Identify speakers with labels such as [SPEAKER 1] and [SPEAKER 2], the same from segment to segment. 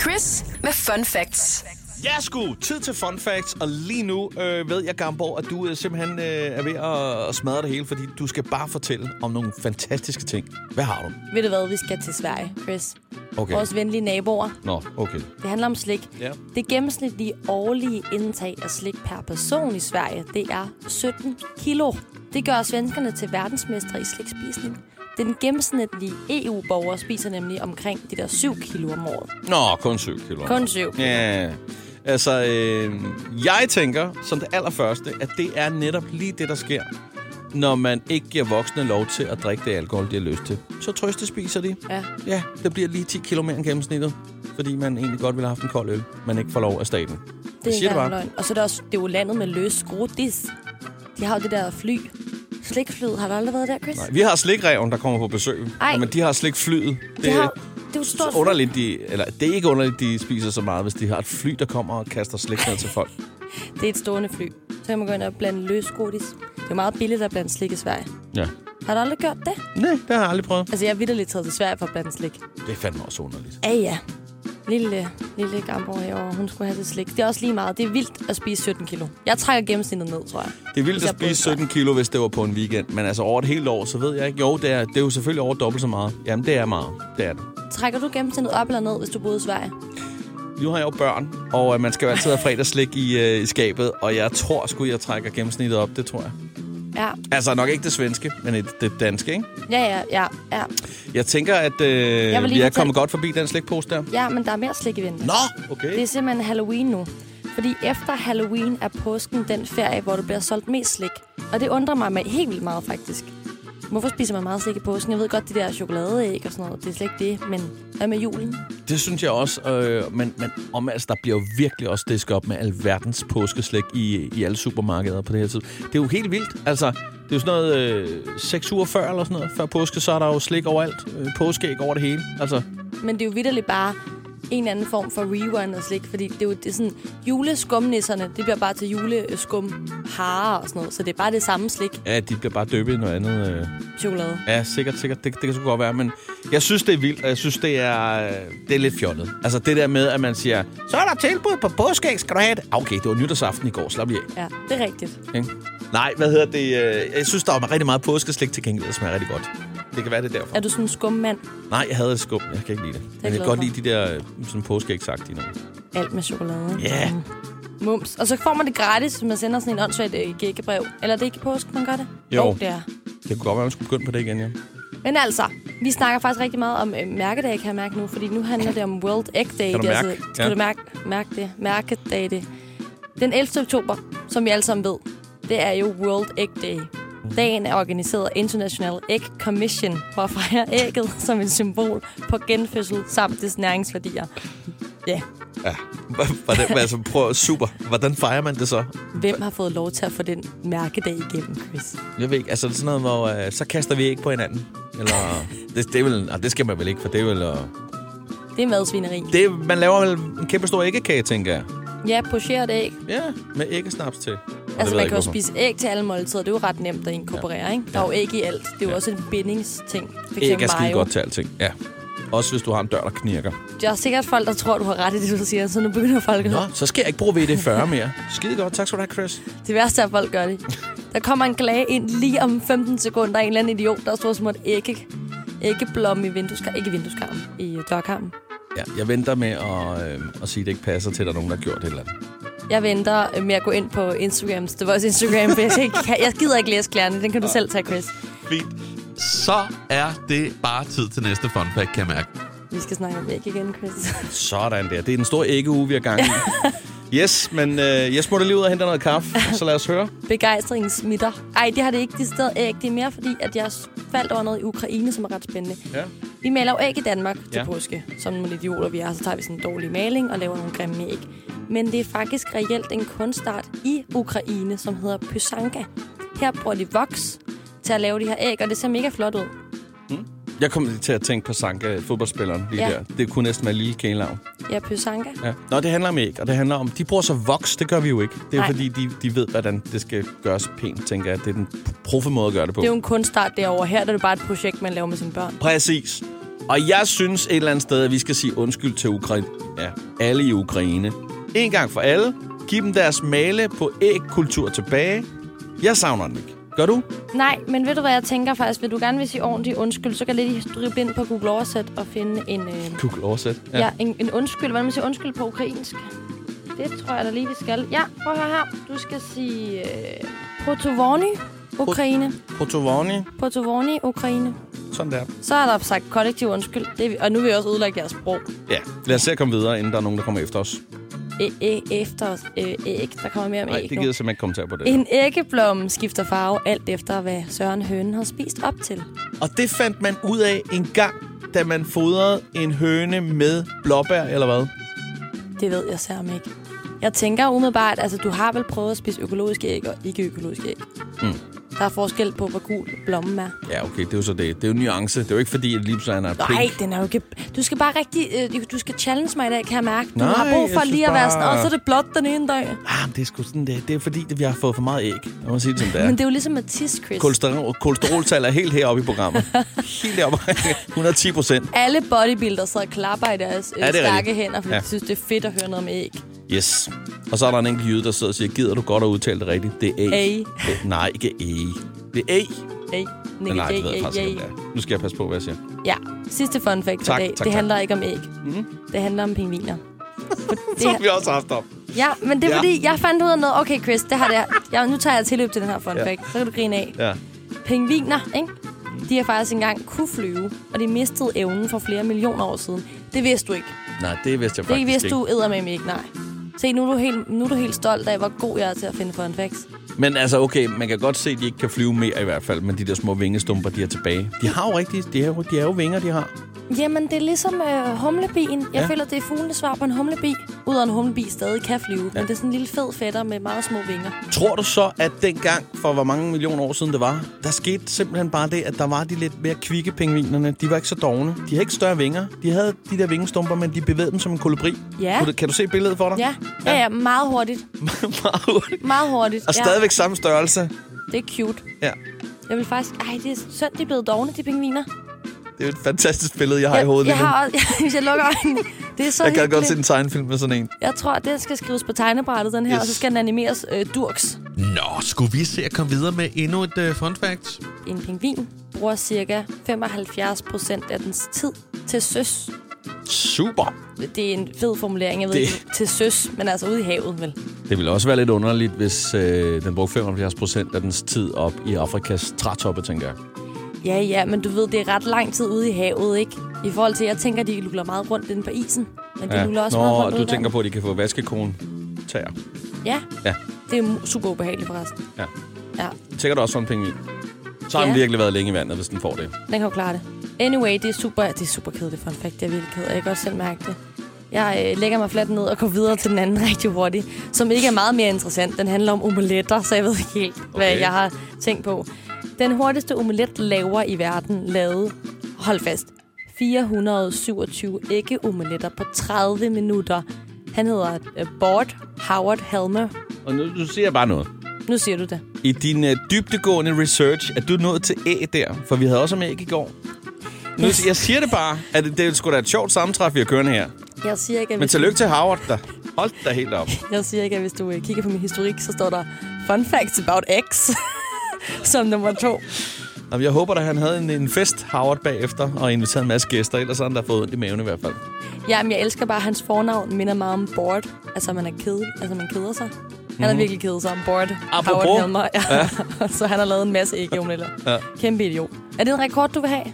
[SPEAKER 1] Chris med Fun Facts.
[SPEAKER 2] Ja, sgu! Tid til fun facts, og lige nu øh, ved jeg, Gamborg, at du øh, simpelthen øh, er ved at, at smadre det hele, fordi du skal bare fortælle om nogle fantastiske ting. Hvad har du?
[SPEAKER 3] Ved du hvad, vi skal til Sverige, Chris.
[SPEAKER 2] Okay.
[SPEAKER 3] Vores venlige naboer.
[SPEAKER 2] Nå, okay.
[SPEAKER 3] Det handler om slik.
[SPEAKER 2] Ja.
[SPEAKER 3] Det gennemsnitlige årlige indtag af slik per person i Sverige, det er 17 kilo. Det gør svenskerne til verdensmestre i slikspisning. Den gennemsnitlige EU-borger spiser nemlig omkring de der 7 kilo om året.
[SPEAKER 2] Nå, kun 7 kilo.
[SPEAKER 3] Kun 7.
[SPEAKER 2] Ja. Altså, øh, jeg tænker som det allerførste, at det er netop lige det, der sker, når man ikke giver voksne lov til at drikke det alkohol, de har lyst til. Så trøste spiser de.
[SPEAKER 3] Ja.
[SPEAKER 2] Ja, det bliver lige 10 kilo mere end gennemsnittet, fordi man egentlig godt ville have haft en kold øl, men ikke får lov af staten.
[SPEAKER 3] Det er
[SPEAKER 2] siger
[SPEAKER 3] ikke
[SPEAKER 2] det bare.
[SPEAKER 3] engang løgn. Og så er det, også, det er jo landet med løs skrutis. De har jo det der fly. Slikflyet, har du aldrig været der, Chris?
[SPEAKER 2] Vi har slikreven, der kommer på besøg,
[SPEAKER 3] Ej.
[SPEAKER 2] men de har slikflyet.
[SPEAKER 3] Det, har, det er jo et stort fly.
[SPEAKER 2] underligt, de, eller det er ikke underligt, de spiser så meget, hvis de har et fly, der kommer og kaster slik ned til folk.
[SPEAKER 3] Det er et stående fly. Så kan man gå ind og blande løs godis. Det er meget billigt at blande slik i Sverige.
[SPEAKER 2] Ja.
[SPEAKER 3] Har du aldrig gjort det?
[SPEAKER 2] Nej, det har jeg aldrig prøvet.
[SPEAKER 3] Altså, jeg er vidderligt taget til Sverige for at blande slik.
[SPEAKER 2] Det er fandme også underligt.
[SPEAKER 3] Ja, ja. Lille, lille Gamborg herovre, hun skulle have det slik. Det er også lige meget. Det er vildt at spise 17 kilo. Jeg trækker gennemsnittet ned, tror jeg.
[SPEAKER 2] Det er vildt
[SPEAKER 3] Hvis
[SPEAKER 2] at
[SPEAKER 3] jeg boede i
[SPEAKER 2] spise
[SPEAKER 3] Sverige.
[SPEAKER 2] 17 kilo, hvis det var på en weekend. Men altså over et helt år, så ved jeg ikke. Jo, det er, det er jo selvfølgelig over dobbelt så meget. Jamen, det er meget. Det er det.
[SPEAKER 3] Trækker du gennemsnittet op eller ned, hvis du boede i Sverige?
[SPEAKER 2] Nu har jeg jo børn, og øh, man skal jo altid have fredagsslik i, øh, i skabet. Og jeg tror sgu, jeg trækker gennemsnittet op. Det tror jeg.
[SPEAKER 3] Ja,
[SPEAKER 2] Altså nok ikke det svenske, men det, det danske, ikke?
[SPEAKER 3] ja, ja, ja. ja.
[SPEAKER 2] Jeg tænker, at øh,
[SPEAKER 3] Jeg vil lige
[SPEAKER 2] vi er
[SPEAKER 3] fortælle-
[SPEAKER 2] kommet godt forbi den slikpose der.
[SPEAKER 3] Ja, men der er mere slik i vente.
[SPEAKER 2] Nå! Okay.
[SPEAKER 3] Det er simpelthen Halloween nu. Fordi efter Halloween er påsken den ferie, hvor der bliver solgt mest slik. Og det undrer mig med helt vildt meget, faktisk. Hvorfor spiser man meget slik i påsken? Jeg ved godt, de der chokoladeæg og sådan noget, det er slet ikke det. Men hvad med julen?
[SPEAKER 2] Det synes jeg også, øh, men, men om, altså, der bliver jo virkelig også disket op med alverdens påskeslæg i, i alle supermarkeder på det her tid. Det er jo helt vildt. Altså, det er jo sådan noget øh, 6 uger før eller sådan noget. Før påske, så er der jo slik overalt. Øh, påskeæg over det hele. Altså,
[SPEAKER 3] Men det er jo vidderligt bare en eller anden form for rerun og slik, fordi det er jo det er sådan, juleskumnisserne, det bliver bare til juleskum harer og sådan noget, så det er bare det samme slik
[SPEAKER 2] ja, de bliver bare døbet i noget andet. Øh.
[SPEAKER 3] chokolade.
[SPEAKER 2] Ja, sikkert, sikkert. Det, det kan sgu godt være, men jeg synes, det er vildt, og jeg synes, det er, øh, det er lidt fjollet. Altså, det der med, at man siger, så er der tilbud på påskeæg, skal du have det? Okay, det var nytårsaften i går, slap lige af.
[SPEAKER 3] Ja, det er rigtigt.
[SPEAKER 2] Ikke? Nej, hvad hedder det? øh, Jeg synes, der er rigtig meget påskeslik til gengæld, der smager rigtig godt. Det kan være, det er derfor.
[SPEAKER 3] Er du sådan en skummand?
[SPEAKER 2] Nej, jeg havde det skum. Jeg kan ikke lide det. Men jeg
[SPEAKER 3] jeg
[SPEAKER 2] kan
[SPEAKER 3] glad
[SPEAKER 2] godt
[SPEAKER 3] for.
[SPEAKER 2] lide de der øh, sådan påskeægsagtige noget.
[SPEAKER 3] Alt med chokolade. ikke?
[SPEAKER 2] Ja.
[SPEAKER 3] Mm. Mums. Og så får man det gratis, hvis man sender sådan en åndssvagt øh, gækkebrev. Eller er det ikke i påsken, man gør det?
[SPEAKER 2] Jo.
[SPEAKER 3] det er.
[SPEAKER 2] Det kunne godt være, man skulle begynde på det igen, ja.
[SPEAKER 3] Men altså, vi snakker faktisk rigtig meget om øh, mærkedage, kan jeg mærke nu. Fordi nu handler det om World Egg Day.
[SPEAKER 2] Kan du
[SPEAKER 3] Det er
[SPEAKER 2] mærke?
[SPEAKER 3] Altså, kan
[SPEAKER 2] Ja.
[SPEAKER 3] du mærke, mærke det? Mærkedag det. Den 11. oktober, som vi alle sammen ved, det er jo World Egg Day. Dagen er organiseret af International Egg Commission for at fejre ægget som et symbol på genfødsel samt dets næringsværdier. Ja, yeah.
[SPEAKER 2] Ja. Hvordan, altså, prøv, super. Hvordan fejrer man det så?
[SPEAKER 3] hvem har fået lov til at få den mærkedag igennem, Chris?
[SPEAKER 2] Jeg ved ikke. Altså, det er sådan noget, hvor øh, så kaster vi ikke på hinanden. Eller... det, det, er vel, nej, det skal man vel ikke, for det er vel... Øh,
[SPEAKER 3] Det er madsvineri.
[SPEAKER 2] det, man laver vel en kæmpe stor æggekage, tænker jeg.
[SPEAKER 3] Ja, pocheret æg.
[SPEAKER 2] Ja, med æggesnaps til. Og det ved jeg
[SPEAKER 3] Altså, man
[SPEAKER 2] ikke,
[SPEAKER 3] kan jo
[SPEAKER 2] hvorfor.
[SPEAKER 3] spise æg til alle måltider. Det er jo ret nemt at inkorporere, ikke? Der er jo æg i alt. Det er jo også en bindingsting. For
[SPEAKER 2] Æg er
[SPEAKER 3] eksempel
[SPEAKER 2] skide
[SPEAKER 3] mayo.
[SPEAKER 2] godt til alting. Ja. Også hvis du har en dør, der knirker.
[SPEAKER 3] Der er sikkert folk, der tror, du har ret i det, du siger, så nu begynder folk at...
[SPEAKER 2] Nå, så skal jeg ikke bruge VD40 mere. Skide godt. Tak skal du have, Chris.
[SPEAKER 3] Det værste er, at folk gør det. Der kommer en klage ind lige om 15 sekunder. Der er en eller anden idiot, der står som et ægge, æggeblomme i vindueskarmen. Ikke i vindueskarmen, i dørkarmen.
[SPEAKER 2] Ja, jeg venter med at, øh, at sige, at det ikke passer til, at der er nogen, der har gjort et eller andet.
[SPEAKER 3] Jeg venter øh, med at gå ind på Instagrams. Det var også Instagram, for jeg, skal ikke, jeg gider ikke læse klærne. Den kan du selv tage, Chris.
[SPEAKER 4] Fint. Så er det bare tid til næste fun fact, kan jeg mærke.
[SPEAKER 3] Vi skal snakke om æg igen, Chris.
[SPEAKER 2] Sådan der. Det er den store æggeuge, vi har gang i. yes, men øh, jeg smutter lige ud og henter noget kaffe, så lad os høre.
[SPEAKER 3] Begejstringen smitter. Ej, det har det ikke. Det sted æg. Det er mere fordi, at jeg faldt over noget i Ukraine, som er ret spændende.
[SPEAKER 2] Ja.
[SPEAKER 3] Vi maler jo æg i Danmark til
[SPEAKER 2] Ja.
[SPEAKER 3] ja. påske. Som nogle idioter vi er, så tager vi sådan en dårlig maling og laver nogle grimme æg. Men det er faktisk reelt en kunstart i Ukraine, som hedder pysanka. Her bruger de voks til at lave de her æg, og det ser mega flot ud.
[SPEAKER 2] Jeg kom lige til at tænke på Sanka, fodboldspilleren lige ja.
[SPEAKER 3] Ja.
[SPEAKER 2] der. Det kunne næsten være lille kælelavn.
[SPEAKER 3] Ja, pysanka.
[SPEAKER 2] Ja. Nå, det handler om æg, og det handler om... De bruger så voks, det gør vi jo ikke. Det er
[SPEAKER 3] Nej.
[SPEAKER 2] fordi, de, de ved, hvordan det skal gøres pænt, tænker jeg. Det er den proffe måde at gøre det på.
[SPEAKER 3] Det er jo en kunstart derovre. Her er det bare et projekt, man laver med sine børn.
[SPEAKER 2] Præcis. Og jeg synes et eller andet sted, at vi skal sige undskyld til Ukraine. Ja, alle i Ukraine. En gang for alle. Giv dem deres male på ægkultur tilbage. Jeg savner den ikke. Gør du?
[SPEAKER 3] Nej, men ved du hvad jeg tænker faktisk? Vil du gerne vil sige ordentligt undskyld, så kan jeg lige drive ind på Google Oversæt og finde en, øh, ja.
[SPEAKER 2] Google oversæt.
[SPEAKER 3] Ja, en, en undskyld. Hvordan man siger undskyld på ukrainsk? Det tror jeg da lige, vi skal. Ja, prøv at høre her. Du skal sige... Øh, Potovorny, Ukraine.
[SPEAKER 2] Protovoni.
[SPEAKER 3] Potovorny, Ukraine.
[SPEAKER 2] Sådan der.
[SPEAKER 3] Så er der sagt kollektiv undskyld. Det er, vi- og nu vil jeg også ødelægge jeres sprog.
[SPEAKER 2] Ja, lad os se at komme videre, inden der er nogen, der kommer efter os.
[SPEAKER 3] Æ, æ, E, efter os. Æ, æg. Der kommer mere om
[SPEAKER 2] Nej,
[SPEAKER 3] æg
[SPEAKER 2] det
[SPEAKER 3] nu.
[SPEAKER 2] gider jeg simpelthen ikke kommentere på det.
[SPEAKER 3] En æggeblomme skifter farve alt efter, hvad Søren Hønen har spist op til.
[SPEAKER 2] Og det fandt man ud af en gang, da man fodrede en høne med blåbær, eller hvad?
[SPEAKER 3] Det ved jeg særlig ikke. Jeg tænker umiddelbart, altså du har vel prøvet at spise økologiske æg og ikke økologiske æg.
[SPEAKER 2] Mm.
[SPEAKER 3] Der er forskel på, hvor gul blommen er.
[SPEAKER 2] Ja, okay, det er jo så det. Det er jo nuance. Det er jo ikke fordi, at lige pludselig han er pink.
[SPEAKER 3] Nej, den er jo ikke... Du skal bare rigtig... Øh, du skal challenge mig i dag, kan jeg mærke. Du
[SPEAKER 2] Nej,
[SPEAKER 3] har brug for
[SPEAKER 2] jeg
[SPEAKER 3] lige at
[SPEAKER 2] synes
[SPEAKER 3] være sådan,
[SPEAKER 2] bare-
[SPEAKER 3] og så er det blot den ene dag. Ja.
[SPEAKER 2] Ah, men det er sgu sådan, det, det er fordi, at vi har fået for meget æg. Jeg må sige det, som det er.
[SPEAKER 3] Men det er jo ligesom at tisse, Chris.
[SPEAKER 2] Kolesterol, kolesteroltal er helt heroppe i programmet. Helt heroppe. 110 procent.
[SPEAKER 3] Alle bodybuildere sidder og klapper i deres øh,
[SPEAKER 2] Ja, det er
[SPEAKER 3] stærke
[SPEAKER 2] rigtigt.
[SPEAKER 3] hænder, fordi
[SPEAKER 2] Ja.
[SPEAKER 3] ja. de synes, det er fedt at høre noget om æg.
[SPEAKER 2] Yes. Og så er der en enkelt jyde, der sidder og siger, gider du godt at udtale det rigtigt? Det er A.
[SPEAKER 3] A.
[SPEAKER 2] Det- Nej, ikke A. Det er A.
[SPEAKER 3] Æg.
[SPEAKER 2] Men
[SPEAKER 3] Nikke,
[SPEAKER 2] nej, det ved
[SPEAKER 3] æg,
[SPEAKER 2] jeg faktisk
[SPEAKER 3] æg,
[SPEAKER 2] ikke, om det er. Nu skal jeg passe på, hvad jeg siger.
[SPEAKER 3] Ja, sidste fun fact
[SPEAKER 2] Tak,
[SPEAKER 3] for dag.
[SPEAKER 2] tak, tak. Mhm.
[SPEAKER 3] det handler ikke om æg. Mm. Det handler om pingviner.
[SPEAKER 2] Så har vi også haft op.
[SPEAKER 3] Ja, men det er
[SPEAKER 2] Ja.
[SPEAKER 3] ja. fordi, jeg fandt ud af noget. Okay, Chris, det har det her. Jeg, nu tager jeg tilløb til den her fun
[SPEAKER 2] Ja.
[SPEAKER 3] ja. fact. Så kan du grine af.
[SPEAKER 2] Ja.
[SPEAKER 3] Pingviner, ikke? De har faktisk engang kunne flyve, og de mistede evnen for flere millioner år siden. Det vidste du ikke.
[SPEAKER 2] Nej, det vidste jeg
[SPEAKER 3] Det
[SPEAKER 2] faktisk
[SPEAKER 3] vidste
[SPEAKER 2] ikke.
[SPEAKER 3] du eddermame ikke, nej. Se, nu er, du helt, nu er du helt stolt af, hvor god jeg er til at finde fun facts.
[SPEAKER 2] Men altså, okay, man kan godt se, at de ikke kan flyve mere i hvert fald, men de der små vingestumper, de er tilbage. De har jo rigtigt, de er jo, de er jo vinger, de har.
[SPEAKER 3] Jamen, det er ligesom øh, humlebien. Jeg
[SPEAKER 2] Ja.
[SPEAKER 3] ja. føler, det er fuglenes svar på en humlebi. Udover en humlebi stadig kan flyve, ja. men det er sådan en lille fed fætter med meget små vinger.
[SPEAKER 2] Tror du så, at dengang, for hvor mange millioner år siden det var, der skete simpelthen bare det, at der var de lidt mere kvikke pingvinerne. De var ikke så dogne. De havde ikke større vinger. De havde de der vingestumper, men de bevægede dem som en kolibri.
[SPEAKER 3] Ja.
[SPEAKER 2] Kan du, kan du se billedet for dig?
[SPEAKER 3] Ja, ja, ja meget hurtigt.
[SPEAKER 2] Meget hurtigt.
[SPEAKER 3] Meget hurtigt.
[SPEAKER 2] Og
[SPEAKER 3] ja.
[SPEAKER 2] stadigvæk samme størrelse.
[SPEAKER 3] Det er cute.
[SPEAKER 2] Ja.
[SPEAKER 3] Jeg vil faktisk... Ej, det er synd, de er blevet dogne, de pingviner.
[SPEAKER 2] Det er jo et fantastisk billede, jeg har i hovedet
[SPEAKER 3] jeg
[SPEAKER 2] lige nu.
[SPEAKER 3] har også, Hvis jeg lukker øjnene. Det er så
[SPEAKER 2] Jeg kan godt
[SPEAKER 3] hyggeligt.
[SPEAKER 2] se en tegnefilm med sådan en.
[SPEAKER 3] Jeg tror, at den skal skrives på tegnebrættet, den her, yes. og så
[SPEAKER 2] Yes.
[SPEAKER 3] skal den animeres øh, durks.
[SPEAKER 4] Nå, skulle vi se at komme videre med endnu et uh, fun fact?
[SPEAKER 3] En pingvin bruger cirka 75 procent af dens tid til søs.
[SPEAKER 2] Super.
[SPEAKER 3] Det er en fed formulering, jeg ved
[SPEAKER 2] Det-
[SPEAKER 3] ikke. Til søs, men altså ude i havet, vel?
[SPEAKER 2] Det ville også være lidt underligt, hvis øh, den brugte 75 procent af dens tid op i Afrikas trætoppe, tænker jeg.
[SPEAKER 3] Ja, ja, men du ved, det er ret lang tid ude i havet, ikke? I forhold til, jeg tænker, de luller meget rundt inde på isen. Men de ja. luller også meget
[SPEAKER 2] Nå,
[SPEAKER 3] rundt
[SPEAKER 2] du
[SPEAKER 3] ude der.
[SPEAKER 2] tænker på, at de kan få vaskekone tager.
[SPEAKER 3] Ja,
[SPEAKER 2] Ja.
[SPEAKER 3] det er mu- super ubehageligt forresten.
[SPEAKER 2] Ja.
[SPEAKER 3] Ja,
[SPEAKER 2] Sikkert også for en penge i. Så har ja.
[SPEAKER 3] Ja.
[SPEAKER 2] den virkelig været længe i vandet, hvis den får det.
[SPEAKER 3] Den kan jo klare det. Anyway, det er super, det er super kedeligt fun fact. Det er virkelig kedeligt. Jeg kan godt selv mærke det. Jeg øh, lægger mig fladt ned og går videre til den anden rigtig hurtigt, som ikke er meget mere interessant. Den handler om omeletter, så jeg ved ikke helt, okay. hvad
[SPEAKER 2] Okay.
[SPEAKER 3] jeg har tænkt på. Den hurtigste omelet laver i verden lavede, hold fast, 427 æggeomeletter på 30 minutter. Han hedder øh, Bort Howard Helmer.
[SPEAKER 2] Og nu, nu siger jeg bare noget.
[SPEAKER 3] Nu siger du det.
[SPEAKER 2] I din uh, dybdegående research, at du nået til æg der, for vi havde også om æg i går. Nu,
[SPEAKER 3] Yes.
[SPEAKER 2] jeg siger det bare, at det, det er sgu da et sjovt sammentræf, vi har kørende her.
[SPEAKER 3] Jeg siger ikke, at
[SPEAKER 2] Men
[SPEAKER 3] hvis,
[SPEAKER 2] tillykke til Howard, der holdt dig helt op.
[SPEAKER 3] jeg siger ikke, at hvis du øh, kigger på min historik, så står der fun facts about X som nummer to.
[SPEAKER 2] Jamen, jeg håber, at han havde en, en fest, Howard, bagefter, og inviteret en masse gæster. Ellers har han da fået ondt i maven i hvert fald.
[SPEAKER 3] Jamen, jeg elsker bare, at hans fornavn minder meget om Bort. Altså, man er ked. Altså, man keder sig. Han er virkelig ked sig om Bort.
[SPEAKER 2] Mhm. Apropos.
[SPEAKER 3] Howard Helmer. Ja. så han har lavet en masse æg eller.
[SPEAKER 2] Ja.
[SPEAKER 3] Ja. Kæmpe idiot. Er det en rekord, du vil have?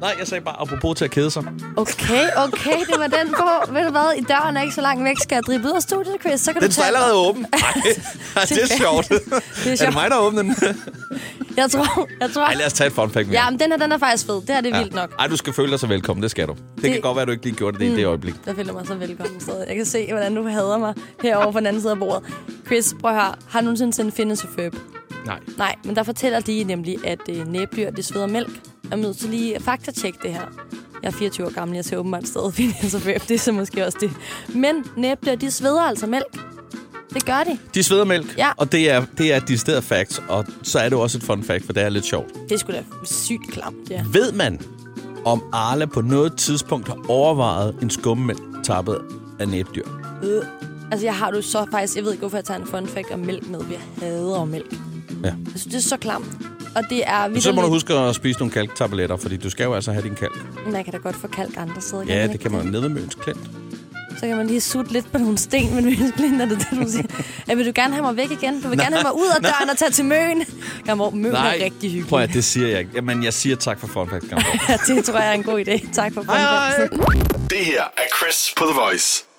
[SPEAKER 2] Nej, jeg sagde bare, apropos til at kede sig.
[SPEAKER 3] Okay, okay, det var den på. Ved du hvad, i døren er ikke så langt væk. Skal jeg drive ud af studiet, Chris? Så kan
[SPEAKER 2] Den
[SPEAKER 3] du
[SPEAKER 2] står
[SPEAKER 3] tage...
[SPEAKER 2] allerede åben. Nej, det er sjovt.
[SPEAKER 3] Det er
[SPEAKER 2] Er det
[SPEAKER 3] sjovt.
[SPEAKER 2] mig, der åbner den?
[SPEAKER 3] Jeg tror, jeg tror...
[SPEAKER 2] Ej, lad os tage et fun fact mere.
[SPEAKER 3] Ja, men den her, den er faktisk fed. Det her, det er ja. vildt nok.
[SPEAKER 2] Ej, du skal føle dig så velkommen, det skal du. Det, det... kan
[SPEAKER 3] Det- Mm.
[SPEAKER 2] godt være, at du ikke lige gjorde det i det øjeblik.
[SPEAKER 3] Jeg føler mig så velkommen stadig. Jeg kan se, hvordan du hader mig herovre på den anden side af bordet. Chris, prøv at høre. Har du nogensinde sendt Finnes og Ferb?
[SPEAKER 2] Nej.
[SPEAKER 3] Nej, men der fortæller de nemlig, at øh, næbdyr, det sveder mælk. Jeg er nødt til lige at faktatjekke det her. Jeg er 24 år gammel, jeg ser åbenbart stadig finans og fem. Det er så måske også det. Men næbdyr, de sveder altså mælk. Det gør de.
[SPEAKER 2] De sveder mælk,
[SPEAKER 3] Ja.
[SPEAKER 2] og det er, det er et decideret fact, og så er det jo også et fun fact, for det er lidt sjovt.
[SPEAKER 3] Det er sgu da sygt klamt, ja.
[SPEAKER 2] Ved man, om Arla på noget tidspunkt har overvejet en skummel tappet af næbdyr.
[SPEAKER 3] Øh. Altså, jeg har du så faktisk... Jeg ved ikke, hvorfor jeg tager en fun fact om mælk med. Vi hader mælk.
[SPEAKER 2] Ja.
[SPEAKER 3] Jeg synes, det er så klamt. Og det er...
[SPEAKER 2] Så må du
[SPEAKER 3] vitterligt-
[SPEAKER 2] huske at spise nogle kalktabletter, fordi du skal jo altså have din kalk.
[SPEAKER 3] Man kan da godt få kalk andre steder.
[SPEAKER 2] Ja, det
[SPEAKER 3] ikke
[SPEAKER 2] kan man nede med Møns Klint.
[SPEAKER 3] Så kan man lige sutte lidt på nogle sten, men hvis Klint er det det, du siger. Ja, vil du gerne have mig væk igen? Du vil gerne have mig ud af døren og tage til Møn. Gamborg, Møn er rigtig hyggelig.
[SPEAKER 2] prøv at, det siger jeg ikke. Jamen, jeg siger tak for fun fact, Gamborg.
[SPEAKER 3] det tror jeg er en god idé. Tak for
[SPEAKER 2] hej.
[SPEAKER 3] konferencen.
[SPEAKER 5] Det her er Chris på The Voice.